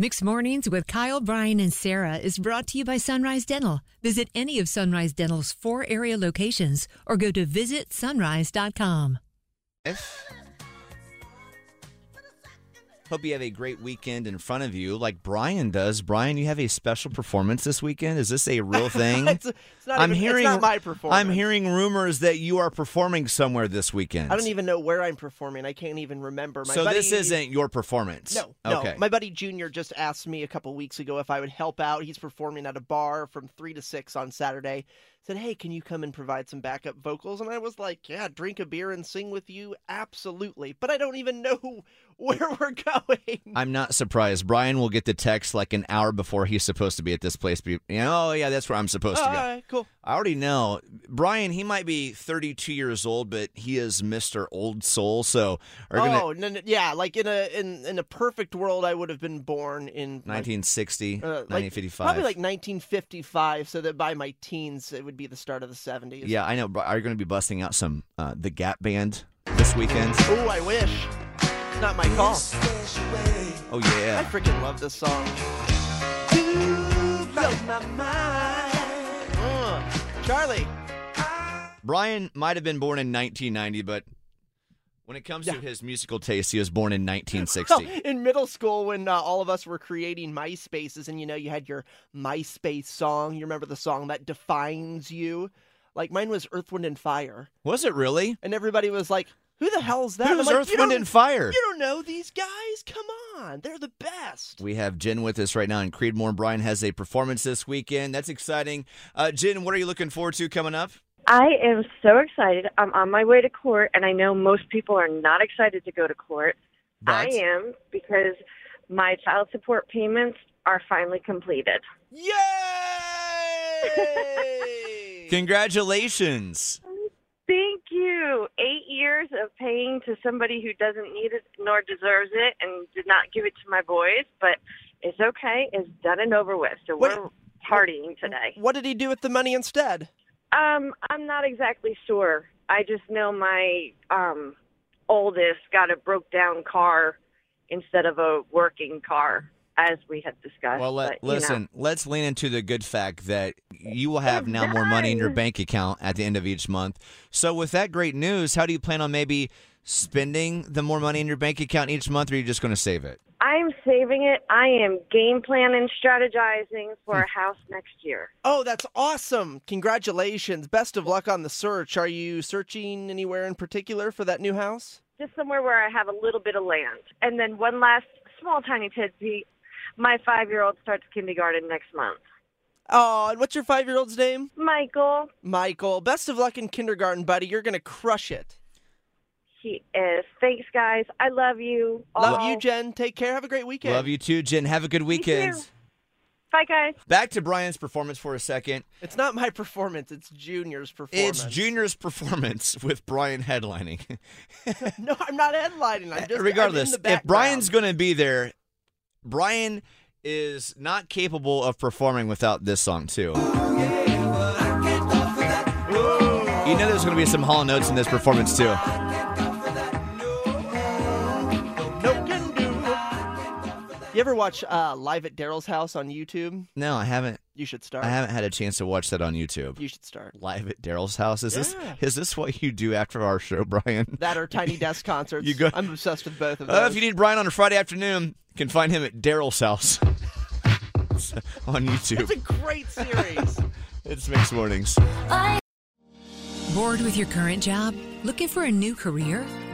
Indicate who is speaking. Speaker 1: Mixed Mornings with Kyle, Brian, and Sarah is brought to you by Sunrise Dental. Visit any of Sunrise Dental's four area locations or go to visitsunrise.com.
Speaker 2: Hope you have a great weekend in front of you, like Brian does. Brian, you have a special performance this weekend. Is this a real thing?
Speaker 3: it's, it's not
Speaker 2: I'm
Speaker 3: even,
Speaker 2: hearing
Speaker 3: it's not my performance.
Speaker 2: I'm hearing rumors that you are performing somewhere this weekend.
Speaker 3: I don't even know where I'm performing. I can't even remember. My
Speaker 2: so
Speaker 3: buddy,
Speaker 2: this isn't your performance.
Speaker 3: No, no.
Speaker 2: Okay.
Speaker 3: My buddy Junior just asked me a couple weeks ago if I would help out. He's performing at a bar from three to six on Saturday. Said, "Hey, can you come and provide some backup vocals?" And I was like, "Yeah, drink a beer and sing with you, absolutely." But I don't even know where we're going.
Speaker 2: I'm not surprised. Brian will get the text like an hour before he's supposed to be at this place. Be- You know, oh yeah, that's where I'm supposed
Speaker 3: Oh,
Speaker 2: to
Speaker 3: all
Speaker 2: go.
Speaker 3: right, cool.
Speaker 2: I already know Brian. He might be 32 years old, but he is Mr. Old Soul. So are gonna
Speaker 3: Oh, no, no, yeah, like in a in in a perfect world, I would have been born in like,
Speaker 2: 1960,
Speaker 3: Uh, like,
Speaker 2: 1955.
Speaker 3: Probably like 1955, so that by my teens it would be the start of the 70s.
Speaker 2: yeah, I know. Bri- Are you going to be busting out some uh, the Gap Band this weekend?
Speaker 3: Oh, I wish. It's not my call.
Speaker 2: Oh
Speaker 3: I
Speaker 2: yeah.
Speaker 3: freaking love this song. Uh, Charlie.
Speaker 2: Brian might have been born in 1990, but when it comes to his musical taste, he was born in 1960.
Speaker 3: oh, in middle school, when uh, all of us were creating MySpaces, and you know, you had your MySpace song. You remember the song that defines you? Like mine was Earth, Wind, and Fire.
Speaker 2: was it really?
Speaker 3: And everybody was like, who the hell's that?
Speaker 2: Who's
Speaker 3: I'm like,
Speaker 2: Earth,
Speaker 3: "You
Speaker 2: Wind,
Speaker 3: don't-
Speaker 2: and Fire?
Speaker 3: You don't know these guys? Come on. They're the best.
Speaker 2: We have Jen with us right now, and Creedmoor Brian has a performance this weekend. That's exciting. Uh, Jen, what are you looking forward to coming up?
Speaker 4: I am so excited. I'm on my way to court, and I know most people are not excited to go to court. I
Speaker 2: But-
Speaker 4: am because my child support payments are finally completed.
Speaker 3: Yay!
Speaker 2: Congratulations.
Speaker 4: Thank you. Eight years of paying to somebody who doesn't need it nor deserves it and did not give it to my boys, but it's okay. It's done and over with. So
Speaker 3: What-
Speaker 4: we're partying today.
Speaker 3: what did he do with the money instead?
Speaker 4: Um, I'm not exactly sure. I just know my um oldest got a broke down car instead of a working car, as we had discussed.
Speaker 2: Well, let,
Speaker 4: but, you know.
Speaker 2: listen, let's lean into the good fact that you will have now more money in your bank account at the end of each month. So, with that great news, how do you plan on maybe spending the more money in your bank account each month, or are you just going to save it?
Speaker 4: I'm saving it. I am game planning, strategizing for a house next year.
Speaker 3: Oh, that's awesome. Congratulations. Best of luck on the search. Are you searching anywhere in particular for that new house?
Speaker 4: Just somewhere where I have a little bit of land. And then one last small tiny tidbit. My five year old starts kindergarten next month.
Speaker 3: Oh, and what's your five year old's name?
Speaker 4: Michael,
Speaker 3: Michael. Best of luck in kindergarten, buddy. You're going to crush it.
Speaker 4: he is. Thanks, guys. I love you.
Speaker 3: Love
Speaker 4: all.
Speaker 3: you, Jen. Take care. Have a great weekend.
Speaker 2: Love you too, Jen. Have a good weekend.
Speaker 4: too. Bye, guys.
Speaker 2: Back to Brian's performance for a second.
Speaker 3: It's not my performance, it's Junior's performance.
Speaker 2: It's Junior's performance with Brian headlining.
Speaker 3: No, I'm not headlining. I'm just
Speaker 2: Eh,
Speaker 3: I'm in
Speaker 2: Regardless,
Speaker 3: the
Speaker 2: if Brian's
Speaker 3: background.
Speaker 2: going to be there, Brian is not capable of performing without this song too. You know there's going to be some hollow notes in this performance too.
Speaker 3: No can do. You ever watch uh, Live at Daryl's House on YouTube?
Speaker 2: No, I haven't.
Speaker 3: You should start.
Speaker 2: I haven't had a chance to watch that on YouTube.
Speaker 3: You should start.
Speaker 2: Live at Daryl's house. Is
Speaker 3: Yeah.
Speaker 2: this is this what you do after our show, Brian?
Speaker 3: That or Tiny Desk concerts.
Speaker 2: You go-
Speaker 3: I'm obsessed with both of those.
Speaker 2: Uh, if you need Brian on a Friday afternoon, you can find him at Daryl's house on
Speaker 3: it's a
Speaker 2: YouTube.
Speaker 3: great series.
Speaker 2: It's mixed mornings.
Speaker 1: Bored with your current job? Looking for a new career?